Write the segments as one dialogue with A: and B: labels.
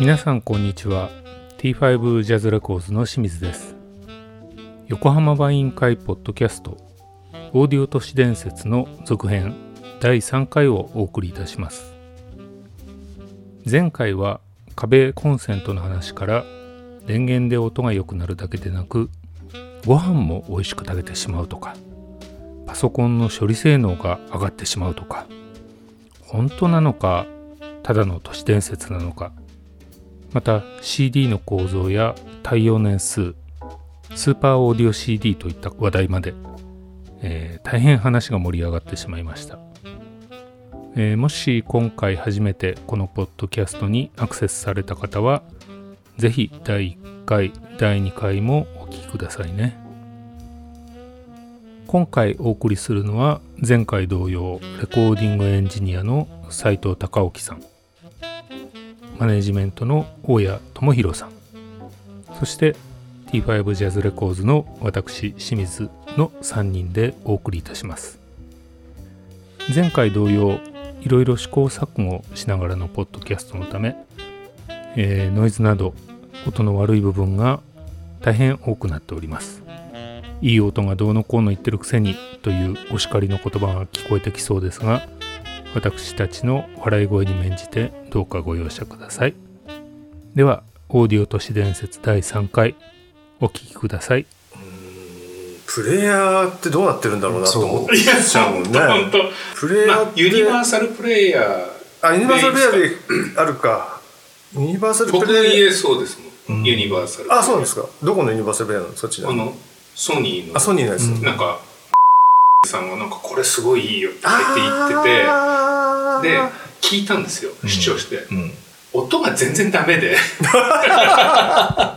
A: 皆さんこんにちは T5 ジャズレコーズの清水です横浜ワイン会ポッドキャストオーディオ都市伝説の続編第3回をお送りいたします前回は壁コンセントの話から電源で音が良くなるだけでなくご飯も美味しく食べてしまうとかパソコンの処理性能が上がってしまうとか本当なのかただの都市伝説なのかまた CD の構造や耐用年数スーパーオーディオ CD といった話題まで、えー大変話が盛り上がってしまいました、えーもし今回初めてこのポッドキャストにアクセスされた方はぜひ第1回第2回もお聞きくださいね今回お送りするのは前回同様レコーディングエンジニアの斉藤隆興さんマネジメントの大谷智弘さんそして T5 ジャズレコーズの私清水の3人でお送りいたします前回同様いろいろ試行錯誤しながらのポッドキャストのため、えーノイズなど音の悪い部分が大変多くなっておりますいい音がどうのこうの言ってるくせにというお叱りの言葉が聞こえてきそうですが私たちの笑い声に免じてどうかご容赦くださいではオーディオ都市伝説第3回お聞きください
B: プレイヤーってどうなってるんだろうなと思っ
C: いや、
B: ちゃうも
C: 本
B: ん
C: 当本
B: ね。
C: 当。
B: プレイ
C: ま
B: ヤー
C: あ
B: っ、て、
C: ユニバーサルプレイヤー。
B: あ、ユニバーサルプレイヤーであるか。ユニバーサル
C: 僕
B: プ
C: の
B: レイヤー。
C: 家そうですもん。ユニバーサル。
B: あ、そうなんですか。どこのユニバーサルプレイヤーなのそっち
C: あ
B: の。
C: の、ソニーの。
B: あ、ソニーのやつ。
C: なんか、さんがなんか、これすごいいいよって言ってて、で、聞いたんですよ。主張して。
B: て。うん。
C: 音が全然ダ メで。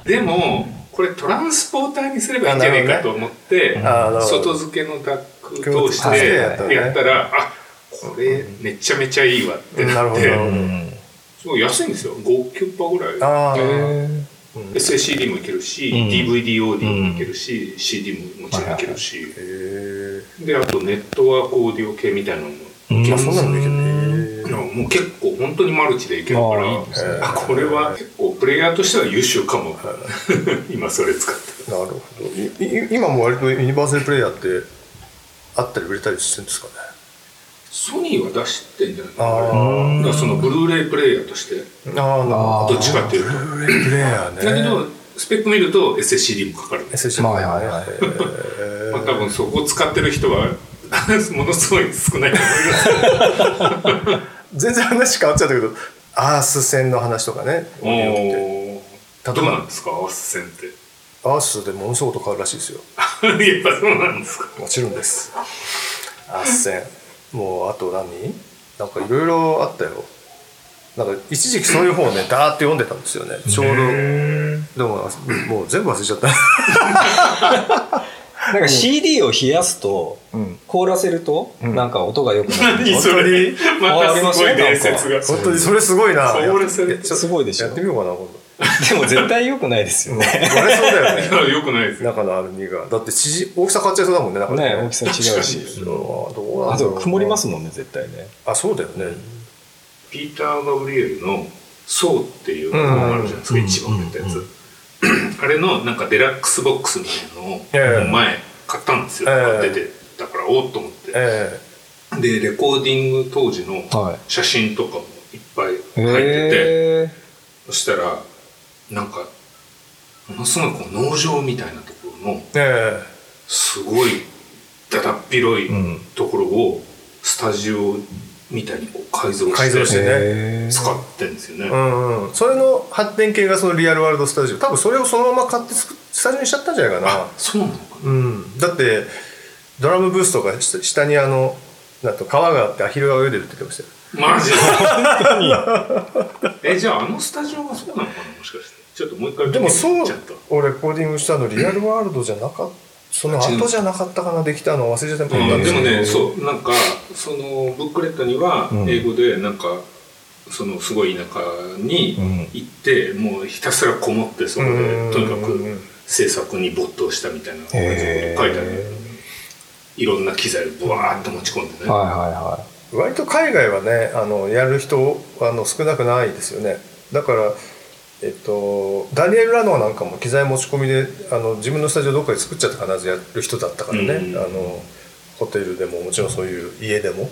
C: でも、これトランスポーターにすればいいんじゃないかと思って、
B: あなるほど
C: 外付けのダック通してやったら、あ、これめちゃめちゃいいわって
B: なる
C: なっ
B: ほ
C: て、
B: ど。
C: すごい安いんですよ5キュッパーぐら
B: ああ。
C: い SACD もいけるし、
B: ん
C: DVD オーディオもいけるし、CD ももちろんいけるし、
B: へ
C: であとネットワークオーディオ系みたいなのもい
B: え。
C: け
B: ま
C: る
B: あ、
C: し
B: そんなのできるね。
C: いやもう結構本当にマルチでいけるからあこれは結構プレイヤーとしては優秀かも 今それ使って
B: なるほど。いい今も割とユニバーサルプレイヤーって、あったり売れたりしてるんですかね。
C: ソニーは出してんじゃないか
B: あ
C: な
B: ー
C: あれだからそのブルーレイプレイヤーとして
B: ああ、なるほ
C: どっちかっていうと
B: ど。ブルーレイプレイヤーね。
C: だけどスペック見ると SSCD もかかるんです
B: SSD
D: まあはいはい
B: へ
C: まあ、多分そこを使ってる人はものすごい少ないと思います
B: ー全然話変わっちゃったけどアース戦の話とかねオーディオって
C: おおどうなんですか合わせ線って
B: アースでものすごく変わるらしいですよ
C: やっぱそうなんです か
B: もちろんですアース戦もうあと何なんかいろいろあったよなんか一時期そういう本をねダーって読んでたんですよねちょうどでももう全部忘れちゃった
D: なんか CD を冷やすと、凍らせると、なんか音が良くなる。
C: 何それまたすごい伝説が
B: 本当にそれすごいな
C: そう
B: やっ
C: 俺それ
B: やっちょっと
D: すごいでしょ
B: やってみようかな今
D: でも絶対良くないですよね。
B: 度割れ そうだよね
C: よくないですよ
B: 中のアルミがだって縮大きさ変わっちゃいそうだもんね中
D: ね大きさ違うし。
B: うわどうな
D: あ
B: んだろ
D: と
B: うな
D: 曇りますもんね、絶対ね。
B: あそうだよね
C: ピーター・ガブリエルの「ソウっていうのがあるじゃないですか、一番売れたやつ、あれのなんかデラックスボックスみたいなのを
B: ええ
C: 前買ったんですよ、
B: ええ
C: 出てだからおっと思って、
B: え
C: でレコーディング当時の
D: はい
C: 写真とかもいっぱい入ってて、
D: へ
C: そしたらなんかものすごいこう農場みたいなところの
B: ええ
C: すごいだだっ広いところをスタジオみたいにこう改造して
B: 改造してね
D: え。
C: 使ってんですよね、
B: えうんうんそれの発展系がそのリアルワールドスタジオ多分それをそのまま買って作っスタジオにしちゃったんじゃないかな
C: そうなのか
B: うんだってドラムブースとかし下にあのなんと川があってアヒルが泳いでるって言ってましたよ
C: なマジでえじゃああのスタジオがそうなのかなもしかしてちょっともう一回
B: でもそう
C: ちゃった
B: 俺レコーディングしたのリアルワールドじゃなかったその後じゃなかったかなできたの忘れちゃった
C: うん、でもね
B: う
C: そうなんかそのブックレットには英語でなんか、そのすごい田舎に行って、もうひたすらこもってそこ
B: うん
C: でとにかく制作に没頭したみたいな感じで書いてあるんだけどいろんな機材をブワーッと持ち込んでね、
D: はいはいは
B: 割と海外はねあのやる人あの少なくないですよねだからえっとダニエル・ラノアなんかも機材持ち込みであの自分のスタジオどっかで作っちゃって必ずやる人だったからね、
C: うん
B: あのホテルでももちろんそういう家でも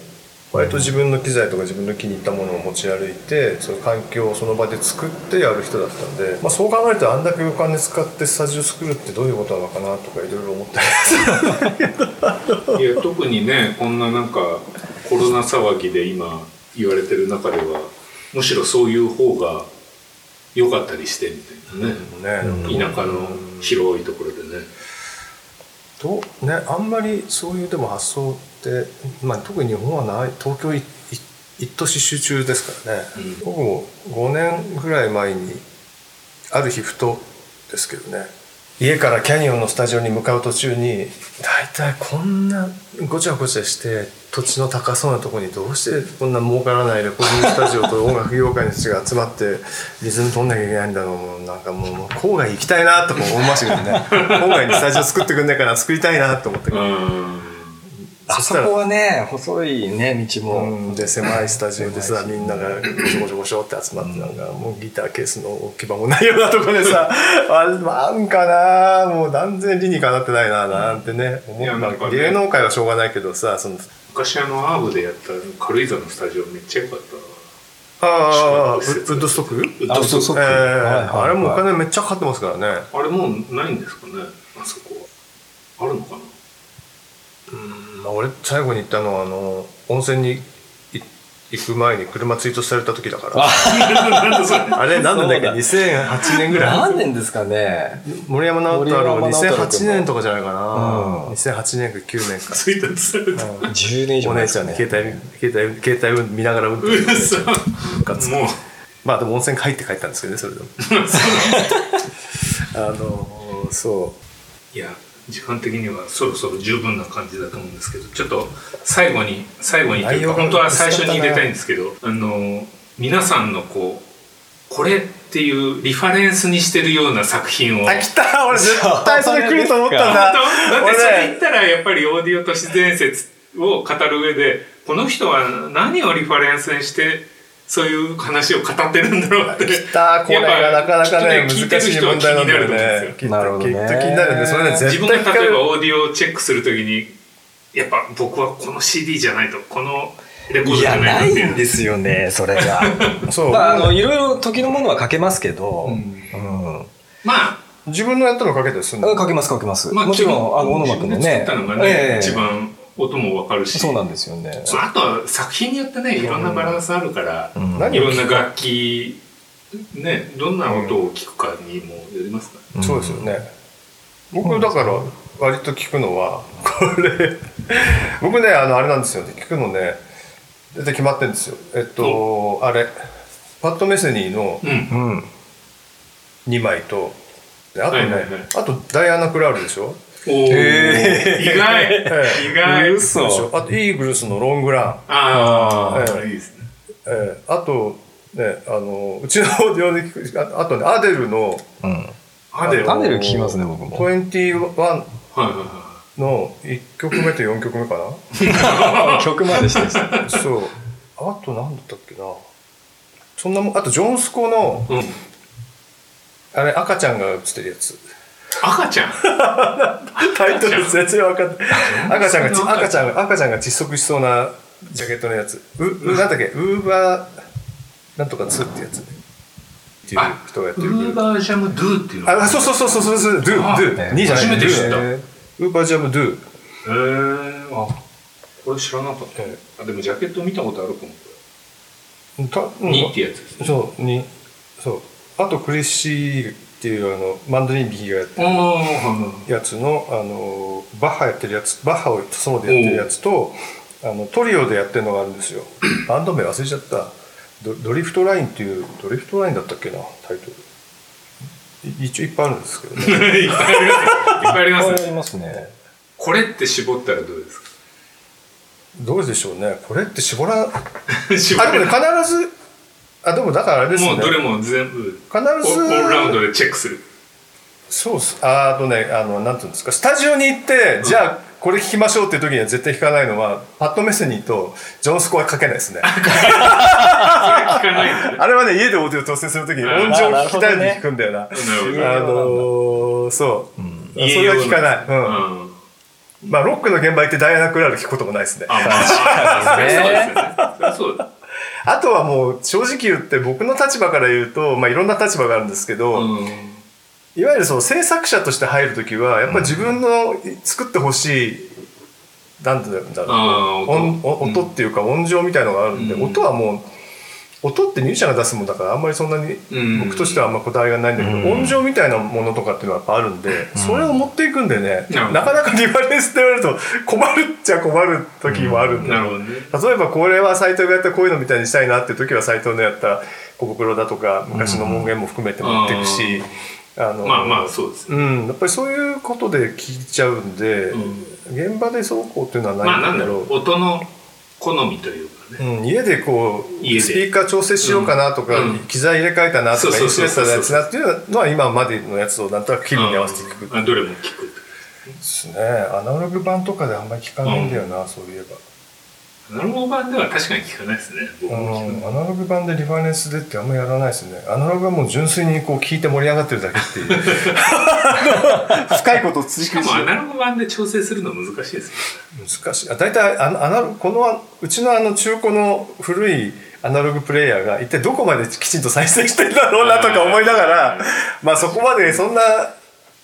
B: 割と自分の機材とか自分の気に入ったものを持ち歩いてそういう環境をその場で作ってやる人だったんで、まあ、そう考えるとあんだけお金使ってスタジオ作るってどういうことなのかなとかいろいろ思ったり
C: いや特にねこんななんかコロナ騒ぎで今言われてる中ではむしろそういう方が良かったりしてみたいなね、
B: ね。
C: 田舎の広いところでね、
B: どうね、あんまりそういうでも発想って、まあ、特に日本はない東京いい一都市集中ですからね、
C: うん
B: 僕も5年ぐらい前にある日ふとですけどね家からキャニオンのスタジオに向かう途中に大体こんなごちゃごちゃして土地の高そうなところにどうしてこんな儲からないレコーディングスタジオと音楽業界の人たちが集まってリズム取んなきゃいけないんだろうもうなんかもうもう郊外行きたいなとか思いましたけどね郊外にスタジオ作ってくんないかな作りたいなと思ったけど、
C: うん
D: い。あそこはね、細いね、道も。
B: うん、で狭いスタジオでさみんながごしょごしょごしょって集まってなんかもうギターケースの置き場もないようなとこで さあなんかなもう断然理にかなってないななんてね思
C: いや
B: う
C: なんかね
B: 芸能界はしょうがないけどさその
C: 昔あのアーブでやった軽井沢のスタジオめっちゃ良かったわ
B: ああウ
C: ウッ
B: ッドストック
C: ウッドストッ
B: ええ
D: はいはい
B: あれもお金めっちゃかかってますからね
C: クあれもうないんですかねあそこはあるのかな
B: うん俺最後に行ったのはあの温泉にい行く前に車追突された時だから
C: なんでそれ
B: あれ何年だっけ
D: そうだ
B: 2008年ぐらい
D: 何年ですかね。
B: 森山直太朗
D: 森山直太
B: 2008
D: 朗
B: 年とかじゃないかな、
D: うん
B: 2008年か9年か
C: ツイートされた
D: 10年以上
B: お
D: 前
B: 姉ち
D: です
B: ゃ
D: か
B: ん
D: ね。
B: 携帯携帯携帯見ながら運転して
C: 嘘もう
B: まあでも温泉入って帰ったんですけどねそれで もあのそ
C: いや時間的にはそろそろ十分な感じだと思うんですけどちょっと最後に最後にというか
B: 内容が
C: 本当は最初に入れたいんですけどあの皆さんのこうこれっていうリファレンスにしてるような作品を
B: うあ来た俺絶対それ来ると思ったんだ
C: だだってそれ
B: 俺
C: 言
B: ね
C: ったらやっぱりオーディオ都市伝説を語る上でこの人は何をリファレンスにしてそういう話を語ってるんだろうって
B: 来たこれがなかなかね
C: やっぱきっと
B: 難しい問題なんだよね
C: 聞いてる人は気になると思うんですよ
D: なるほどね
B: きっと気になるんでそれね
C: 自
B: 絶
C: 分
B: 対聞
C: が
B: か
C: 例
B: れ
C: えば
B: る
C: オーディオをチェックするときにやっぱ僕はこの CD じゃないとこのレコード
D: い
C: じゃ
D: や、
C: ないな
D: な
C: ってい。
D: いうんですよね、それが。
B: そう、
D: まあ、あの、いろいろ時のものはかけますけど、うん。
C: まあ
B: 自分のやったのかけたりするの
D: かけますかけます。
C: まあ
D: もちろん、あの、小野間君も
C: 自分で
D: ね。
C: 作ったのがね
D: ええ
C: 一番音もわかるし
D: そうなんですよね。
C: そうあとは作品によってねいろんなバランスあるから、
D: ん
B: 何
C: い
B: を
C: ろんな楽器ねどんな音を聞くかにもよりますから、ね
B: そうですよね。僕だから割と聞くのはこれ 僕ねあのあれなんですよね聞くのね大体決まってるんですよえっとあれパッド・メセニーの
C: うん
D: うん。
B: 2枚とであとね、
C: はいはいはい
B: あとダイアナ・クラウルでしょ
C: おー
D: へ
C: 意外
B: え
C: 意外
B: でしょあとイーグルスのロングラン、
C: ああ、
B: ええ
C: いいですね
B: ええあとねあのうちのオーディオで聞くああとねアデルの
D: うん。
C: アデル
D: ア
C: はい
D: デル聞きますね、僕も。
B: 21
C: はいは
B: の1曲目と4曲目かな
D: 曲までしてです。
B: そう。あと何だったっけな。そんなもん、あとジョンスコの、
C: い、うん、
B: あれ、赤ちゃんが映ってるや つ。
C: 赤ちゃん
B: タイトル全然分かんない。 赤ちゃんがち、
C: そんな
B: 赤ちゃんが、赤ちゃんが窒息しそうなジャケットのやつ。う、うなんだっけ、ウーバー、なんとか2ってやつね。っていう人がやって
C: ウ
B: る
C: ーバージャムドゥっていうの
B: あ、そうそうそうそう、そうそう、ドゥ、
C: あ
B: ドゥ、2じゃない
C: 初めて知った
B: ドゥウーバージャムドゥ。
C: へえあこれ知らなかった、
B: え
C: あでもジャケット見たことあるかも
B: たうん
C: 2ってやつですね
B: そう、に、そう。あと、クリッシーっていう、あの、マンドリン弾きがやってる
C: ああはい
B: やつの、あのバッハやってるやつバッハをソロでやってるやつとあのトリオでやってるのがあるん ですよバンド名忘れちゃったドドリフトラインっていうドリフトラインだったっけなタイトルい一応いっぱいあるんですけど ね
C: はいいっぱいありますいっぱいあり
D: こ
C: ま
D: れ
C: す
D: あ
C: ね
D: りますね。
C: これって絞ったらどうですか
B: どうでしょうねこれって絞らあ
C: 絞
B: でもね
C: れ
B: 必ずあでもだからあれですね
C: もうどれも全部
B: 必
C: オオ
B: ず
C: ールラウンドでチェックする
B: そうっすあーあとねあのなんていうんですかスタジオに行って、じゃあこれ聞きましょうっていう時には絶対聞かないのはパッド・メスニーとジョン・スコはかけないですね
C: それ聞かないのね
B: あれはね家でオーディオ調整する時に音情を聞きたいのに聞くんだよな
C: なるほど
B: あのー、そう、それは聞かない、
C: 家用
B: うん
C: のうん
B: まあロックの現場行ってダイアナ・クラール聞くこともないです ね
C: あマジそりゃそうですよねそりゃそうだ
B: あとはもう正直言って僕の立場から言うと、まあ、いろんな立場があるんですけど、
C: う
B: いわゆるその制作者として入る時はやっぱり自分の作ってほしい、なんて言うんだろう
C: あー
B: 音
C: 音
B: 音音っていうか音情みたいのがあるんで、
C: うん
B: 音はもう音ってミュージシャンが出すもんだからあんまりそんなに
C: うん
B: 僕としてはあんまこだわりがないんだけど、
D: うん
B: 音情みたいなものとかっていうのはやっぱあるんで、それを持っていくんでね、
C: なるほど
B: なかなかリバレンスって言われると困るっちゃ困る時もあるん
C: ん
B: で、
C: なるほどね
B: 例えばこれは斎藤がやったこういうのみたいにしたいなっていう時は斎藤のやった小袋だとか昔の門限も含めて持っていくし、あの
C: まあまあそうですね
B: うん、やっぱりそういうことで聞いちゃうんで、
C: うん
B: 現場でそうこうっていうのは
C: まあ
B: な
C: ない
B: ん
C: ん
B: だけ
C: だ
B: ど、
C: ろう音の好みというかね
B: うん、家でこう
C: 家で
B: スピーカー調整しようかなとか、
C: うん
B: 機材入れ替えたなと
C: そう
B: か
C: そ
B: イン
C: う
B: シ
C: そう
B: ュレー
C: そ
B: タ
C: う
B: ーのやつなっていうのは今までのやつをなんとなく気分に合わせて聞く
C: うんあどれも聞く
B: ですね、アナログ版とかであんまり聞かないんだよな、そういえば。
C: アナログ版では確かに聞かないですね僕も聞か
B: うんアナログ版でリファレンスでってあんまやらないですねアナログはもう純粋にこう聞いて盛り上がってるだけってい う深いことを追
C: しかもアナログ版で調整するの難しいです
B: 難しいあ大体あのアナログこのうちのあの中古の古いアナログプレイヤーが一体どこまできちんと再生してんだろうなとか思いながらまあそこまでそんな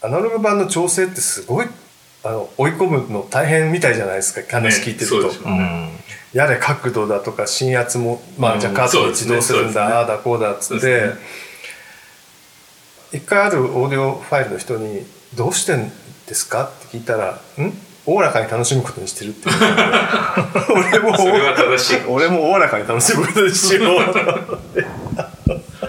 B: アナログ版の調整ってすごいあの追い込むの大変みたいじゃないですか
C: よ ね
B: 話聞いてる
C: そう
B: と、
C: でしょう
D: う
C: ね
D: ん
B: やれ角度だとか鎮圧も、ま
C: う
B: あ、
C: ん
B: じゃあカートを自動するんだ、
C: そうですね
B: ああだこうだっつっ
C: そう
B: て
C: ですね
B: 一、回あるオーディオファイルの人に「どうしてんですか?」って聞いたら「んおおらかに楽しむことにしてる」って言うの俺も
C: それは正しい
B: 俺もおおらかに楽しむことにしよう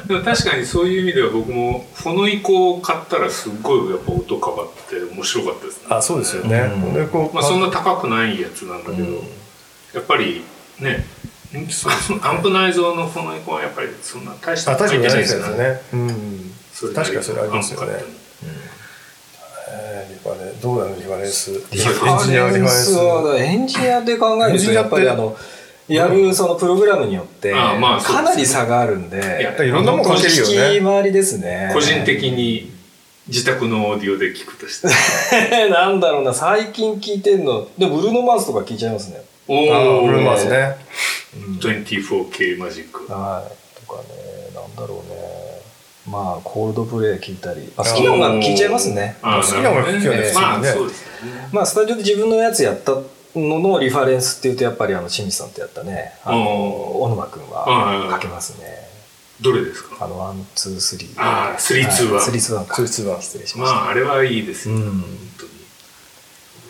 C: でも確かにそういう意味では僕もフォノイコを買ったらすっごいやっぱ音変わって面白かったですね
B: あそうですよね、
D: うん
B: でこう
C: まあそんな高くないやつなんだけど、やっぱりねアンプ内蔵のフォノイコはやっぱりそんな大した
B: あ確かに
C: 入って
B: ない
C: ない
B: で
C: ですす
B: よ
C: よね
B: ね、うん、確かにそれありますよね、えーリファレンどうなのリファレンスエン
D: リファレンスはだからエンジニアで考え
B: エン
D: る
B: ジ
D: と
B: ニアっ
D: や
B: て
D: っぱりあのやるそのプログラムによって
C: あまあそうですね
D: かなり差があるん
C: いや
D: で
B: いろんなもんかけるよね
D: 聞き回りですね
C: 個人的に自宅のオーディオで聞くとして
D: なんだろうな最近聞いてんのでもブルーノマーズとか聞いちゃいますね
C: お
B: あ
C: お
B: ブルーマーズね
C: 24K マジック
D: はいとかねなんだろうねまあコールドプレイ聞いたりあ好きな音楽聞いちゃいますね
C: あー
B: 好きな音楽聞くよね
C: るほどまあ
B: そうね
C: そうですよね
D: まあスタジオで自分のやつやったののリファレンスっていうとやっぱりあの清水さんとやったねあの小沼君
C: うんうんう
D: は
C: ん
D: かけますね
C: どれですか
D: あのワンツースリー
C: あースリーツーワン
D: スリーツーワンか
B: スリーツーワン
D: 失礼し
C: ま
D: ました
C: ああれはいいです
D: う
C: よ、本
D: ん
C: 当に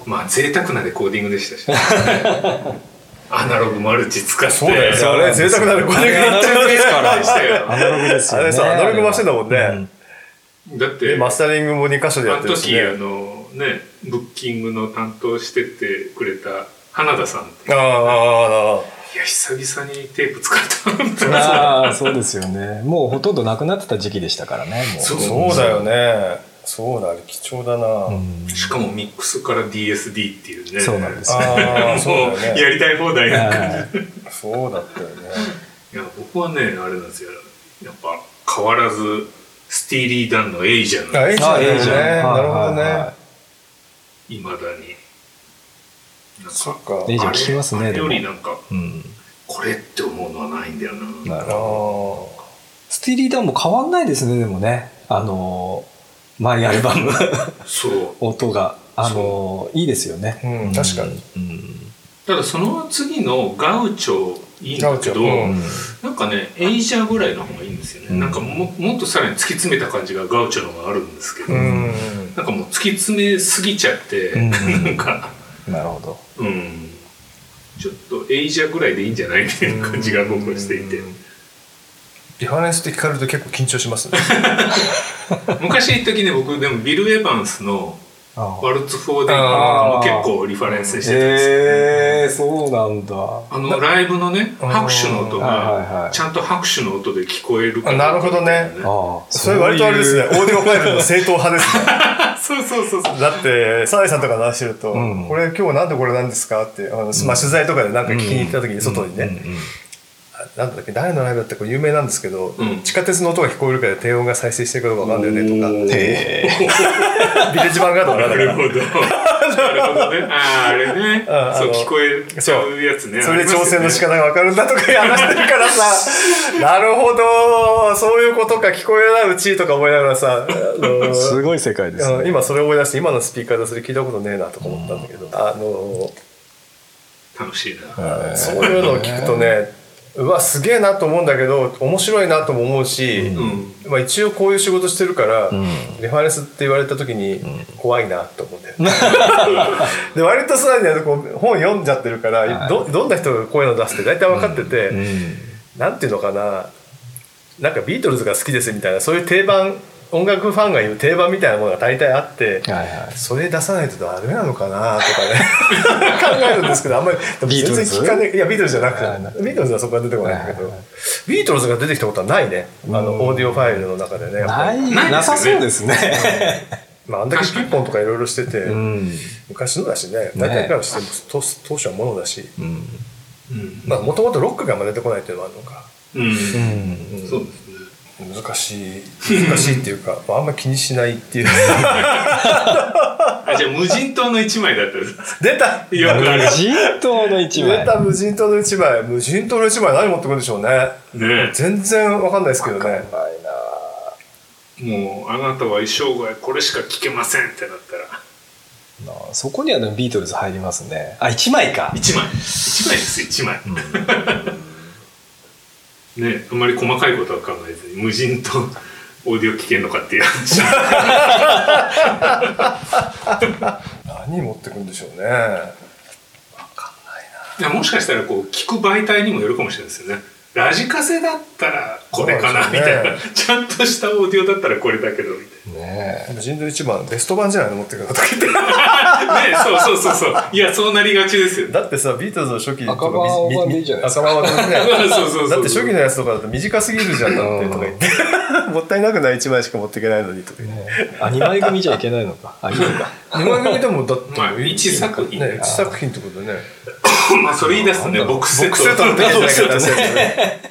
C: まあ贅沢なレコーディングでしたし、 アナログマルチ使って
B: そうだよねあれ贅沢なレコーディングだったよね
C: でしたよ
D: アナログですよ
B: あ
D: ね
B: れさアナログマシンだもんね
D: うん
C: だっ
B: で
C: て
B: マスタリングも2箇所でや
C: あ
B: っ
C: の
B: てるし
C: 時あ
B: ね
C: のねブッキングの担当しててくれた花田さんって
B: ああああ
C: いや久々にテープ使ったみたいな
D: ああそうですよねもうほとんどなくなってた時期でしたからねもう
C: そう
B: そうだよねそうだあれ貴重だ
D: う
B: なん
C: しかもミックスから DSD っていうね
D: そうなんですよ
B: ああそう
C: も
B: だよ
C: うや
B: ね
C: り たい放題なんか
D: はい
B: そうだったよね
C: いや僕はねあれなんですよやっぱ変わらずスティーリー・ダンの「エイジャン」
B: あエイジャン
D: あエイジャ
B: ねな
D: ン
B: るほど
D: はいはい
B: ね
D: はい
C: まだになん
B: そ
C: か
B: っか
D: エイジャン
C: あれ
D: 聞きますね
C: あれ
D: でも
C: よりなんか
D: うん
C: これって思うのはないんだよな
D: なる
B: あ
D: ほ
B: あ
D: どスティーリー・ダンも変わんないですね、でもね。あのー、マイアル バム、
C: そう
D: 音が。あのー、いいですよね。
B: うん確かに
D: うん。
C: ただその次のガウチョいいんだ
B: ガウ
C: けど、
B: チ
D: う
B: ョ
D: ん。
C: なんかねエイジャーぐらいの方がいいんですよね、
D: うん
C: なんかももっとさらに突き詰めた感じがガウチョの方があるんですけど、
B: うん
C: なんかもう突き詰めすぎちゃって、
D: うん
C: なんか
D: なるほ
C: う
D: ど。
C: んちょっとエイジャーぐらいでいいんじゃないみたいな感じが僕はしていて、
B: うんリファレンスって聞かれると 結構緊張しますね
C: 昔一時ね僕でもビル・エヴァンスの「
D: あ
C: ワルツ・フォーディン
D: あー
C: も結構リファレンスしてたんですよ
D: へえそうなんだ
C: あのライブのね
B: うん
C: 拍手の音
D: はいはいは
C: が
D: い
C: ちゃんと拍手の音で聞こえるか
B: あなるほどね
C: みたいな
D: あ
B: それ割とあれですね、オーディオファイルの正統派ですね。
C: あそうそうそうそう
B: だって、サイさんとかの話してると、
D: うん
B: これ今日なんでこれなんですかって、あのまあ取材とかでなんか聞きに行った時に外にね、あなんだっけ、誰のライブだったか有名なんですけど、
C: ん
B: 地下鉄の音が聞こえるから低音が再生してるかどうかわかんないよねとか、ビ
D: へえ
B: レッジバンガードか
C: な
B: なんだ
C: る
B: か
C: ほ どなるほどねあああれね
B: あ
C: そう
B: あの
C: 聞こえちゃうやつね
B: ら、それで調整の仕
C: 方
B: 方がわかるんだとか話してるからさ、 なるほど、そういうことか聞こえないうちとか思いながらさ、あの
D: すごい世界です
B: あの
D: ね
B: 今それを思い出して今のスピーカーでそれ聞いたことねえなとか思ったんだけど、あの
C: 楽しいな
B: そういうのを聞くとねうわすげえなと思うんだけど面白いなとも思うし、
C: うん
B: まあ、一応こういう仕事してるから、
D: ん
B: レファレンスって言われた時に怖いなと思うんだよ、ね で割とさねこう本読んじゃってるから、どどんな人がこういうの出すって大体分かってて、
D: うん
B: なんていうのかななんかビートルズが好きですみたいなそういう定番音楽ファンが言う定番みたいなものが大体あって、
D: はいはい
B: それ出さないとダメなのかなとかね 考えるんですけどあんまりでも
D: ビートルズ
B: 全然聞かないいやビートルズじゃなくて
D: はいはい
B: ビートルズはそこは出てこないんだけ
D: はい
B: ど
D: はい
B: ビートルズが出てきたことはないねあの
D: うん
B: オーディオファイルの中でねやっぱ
D: な
B: り
D: い
C: ないですよね
D: なさそうですね
B: まああんだけピッポンとかいろいろしてて
D: うん
B: 昔のだしね大体からしても当当初はものだし
D: うん
C: うん
B: まあもともとロックがあんま出てこないっていうのもあるのか
C: うん
D: うん
C: そうですね
B: 難しい難しいっていうか まああんま気にしないっていう
C: あじゃあ無人島の一枚だったんです
B: 出た
C: よくある
D: 無人島の一枚
B: 出た無人島の一枚無人島の一枚何持ってくるんでしょうね
C: ね
B: 全然わかんないですけどね
D: ないな
C: もうあなたは一生涯これしか聞けませんってなったら
D: あそこにはでもビートルズ入りますねあ一枚か
C: 一枚一枚ですよ一枚ねあんまり細かいことは考えずに無人島オーディオ聞けんのかっていう 話
B: 何持ってくんでしょうねわかんないない
C: やもしかしたらこう聞く媒体にもよるかもしれないですよねラジカセだったらこれかな
B: そう
C: み
B: です
C: た
B: ね
C: いな、ちゃんとしたオーディオだったらこれだけどみた
D: ね
B: 無人島一番ベスト版じゃないの持ってくる とか言っ
C: いなねそうそうそうそういやそうなりがちですよ
B: て
C: ね
B: だってさビートルズの初期とか
D: 赤版は
B: みみ
D: いいじゃないです
B: 赤版は ね
C: そうそうそう
B: だって初期のやつとかだと短すぎるじゃんだってとか言ってもったいなくない一枚しか持っていけないのにとか言って
D: あ二枚組じゃいけないの かあいいのか
B: 2枚組でもだっ
C: まあ
B: て
C: 一作品
B: ね一作品ってことね
C: まあそれ言い出すとねボックスセッ
B: ボッ
C: ト
B: クスセットの時じゃないかって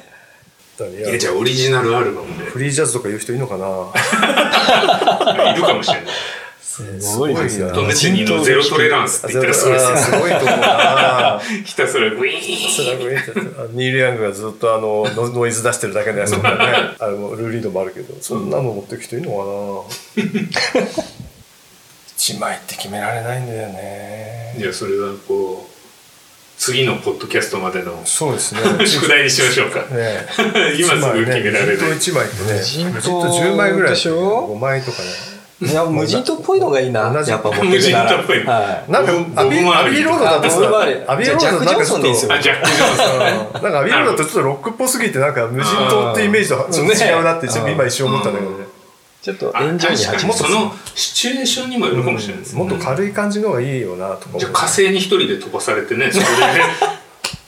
B: 話だよね
C: いやじゃあオリジナルアルバムで
B: フリージャズとか言う人いるのかな
C: いるかもしれない
D: すごいですよ
B: すご
C: ド
B: い
C: ム
B: な
C: チニーのゼロトレランスって言ったらすごいですよね
B: すごいと思うな
C: ひたすらウィーン
B: スラグインってあのニール・ヤングがずっとあのノノイズ出してるだけのやつとかねあのルーリードもあるけどそんなの持ってく人いるのかな一枚って決められないんだよね
C: じゃあそれはこう次のポッドキャストまで の
B: そうですね
C: 宿題にしましょうか
B: ね
C: 今すぐ決められ
B: 無人島
C: ない
B: 一枚ってね無
D: 人島
B: 人島10枚ぐらい
D: でしょ
B: 5枚とかね
D: いや無人島っぽいのがいいな
B: 同じ
D: やっぱ持ってくなら
C: 無人島っぽい
D: はい
B: なん
C: ボブ
B: かアビ
C: ボブ
B: ー
C: マ
B: ア
C: ー
B: ビ
C: リ
B: ー
C: ーと
B: ロード
C: か
B: だと
D: あボブマーリ
B: さ
D: ー
B: アビーロードだと
D: じゃあジャック
B: な
D: ジ
B: ん
D: ョ
B: か
D: ン
B: ち
D: ソ
B: ょ
D: ン
B: っ
D: でいいです
B: と
D: よ
C: あジャック・ジョンソン
B: なんかアビーロードってちょっとロックっぽすぎてなんか無人島ってイメージとちょっと違うなってちょっと今一瞬思ったんだけどね
D: ちょっと
C: あ
D: エンジョイに
C: 確か
D: 始
C: に
D: ま
C: そのシチュエーションにもよるかもしれないですね
B: もっと軽い感じの方がいいよなとか思う
C: じゃあ火星に一人で飛ばされて ねそこでね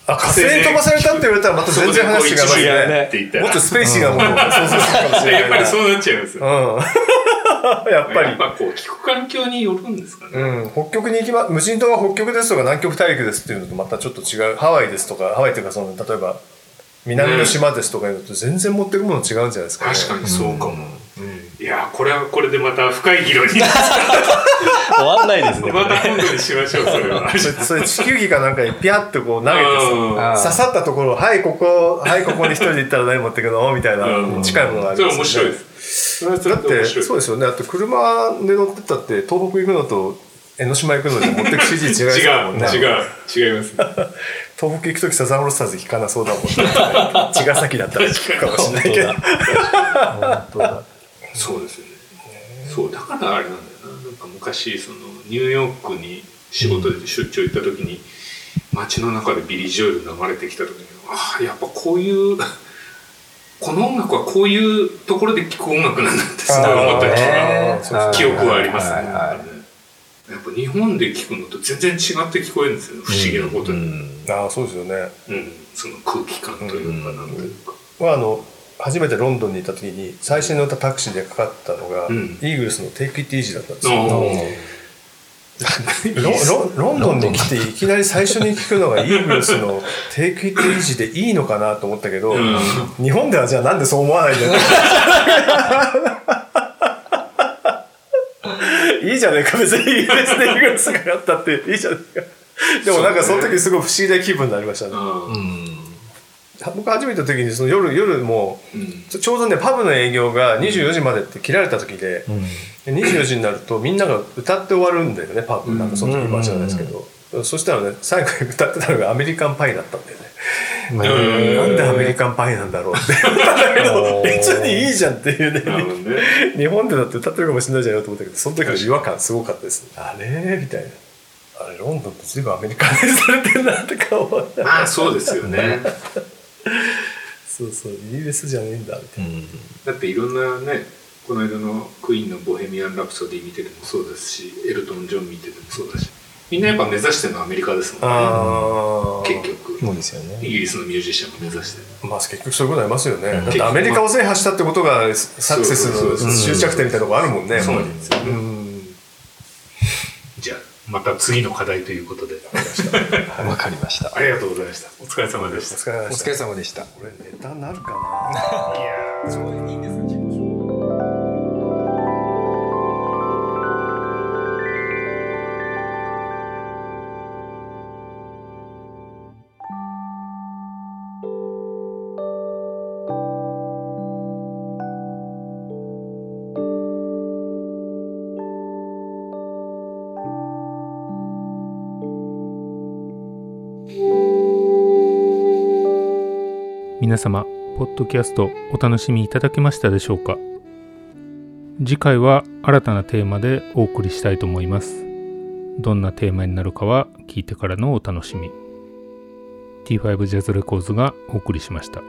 B: あ火星に飛ばされたって言われたらまた全然話が
C: そこでこう一
B: 違
C: 枚
B: う
C: ね
B: ね
C: って言ったら
B: もっとスペーシーなものを想像するかもしれない
C: やっぱりそうなっちゃいますよ
B: うん やっぱ
C: やっ
B: り
C: ぱこう聞く環境によるんですかね
B: うん、北極に行きま無人島は北極ですとか南極大陸ですっていうのとまたちょっと違うハワイですとかハワイっていうかその例えば南の島ですとかいうのと全然持ってくもの違うんじゃないですか、ね、
C: 確かにそうかもいやこれはこれでまた深い 議論に
D: 終わんないですねこ
C: ま
D: れ
C: た今度にしましょうそれは
B: それそれ地球儀かなんかにピャッとこう投げて
C: うん
D: あー
B: さ刺さったところはいここはいここに一人で行ったら何持ってくのみたい
C: うん
B: な近いものがあ
C: そ
B: り
C: れ
B: ま
C: は面
B: す
C: 白
B: よ
C: い
B: ね
C: ですそれはそれ
B: だ
C: は
B: っ
C: 面
B: て
C: 白い
B: そうですよねだって車で乗ってったって東北行くのと江ノ島行くので持ってく CG 違いそうだもんね
C: 違う違う違いま
B: 東
C: す
B: 北行く時サザンオールスターズ弾かなそうだもん ね茅ヶ崎だったら弾くかもしれないけど
C: そうですよね。そう、だからあれなんだよな。なんか昔、その、ニューヨークに仕事で出張行った時に、街の中でビリー・ジョイル流れてきた時に、ああ、やっぱこういう、この音楽はこういうところで聴く音楽なんだってすごい思った
B: あー
C: 記
B: ね
C: 憶記憶はありますね。
D: はいはいはい
C: なんかねやっぱ日本で聞くのと全然違って聞こえるんですよね不思議なことに、うん
B: ああそうですよね
C: その空気感というかなんというか、
B: はあの初めてロンドンに行った時に最新の歌タクシーでかかったのが、
C: うん
B: イーグルスの「Take It Easy」だったんです
C: あ
B: よ
C: ー
B: ロロンドンに来ていきなり最初に聞くのがイーグルスの 「Take It Easy」でいいのかなと思ったけど、
C: うん
B: 日本ではじゃあなんでそう思わないんだ ろういいじゃねえか別にイーグルスでイーグルスがかったっていいじゃねえかでもなんかその時すごい不思議な気分になりましたね
C: あ
B: 僕初めての時にその夜夜も
C: ーうん
B: ちょちょうどねパブの営業が24時までって切られた時で,、で24時になるとみんなが歌って終わるんだよねパブなんかその時今じゃないですけど、そしたらね最後に歌ってたのがアメリカンパイだったんだよね、
D: まあ
C: うん
B: なんでアメリカンパイなんだろうって思ったんだけど別にいいじゃんっていう
C: なるほ
B: ね
C: どね
B: 日本でだって歌ってるかもしれないじゃんよと思ったけどその時の違和感すごかったですあれみたいなあれロンドンって随分アメリカにされてるなって顔は
C: まあそうですよね
B: そうそうイギリスじゃねえんだみたいな
C: だっていろんなねこの間のクイーンの「ボヘミアン・ラプソディ」見ててもそうですしエルトン・ジョン見ててもそうだしみんなやっぱ目指してるのはアメリカですもんね
B: あー
C: 結局
D: そうですよ
C: イ
D: ね。
C: ギリスのミュージシャンも目指してる
B: まあ結局そういうことありますよね、
C: ん
B: だってアメリカを制覇したってことがサクセス
C: そうそう
B: の
C: そう
B: 終着点みたいなとこあるもんねやっぱ
C: そう
B: り
C: なんですよね
B: うん
C: じゃあまた次の課題ということで
D: わかりました。
C: ありがとうございましたお疲れ様でし
B: お疲
C: た
B: れ様
D: お
B: でし
D: 疲
B: た
D: れ様でした。
B: これネタになるかな
A: 皆様ポッドキャストお楽しみいただけましたでしょうか次回は新たなテーマでお送りしたいと思いますどんなテーマになるかは聞いてからのお楽しみ T5 ジャズレコーズがお送りしました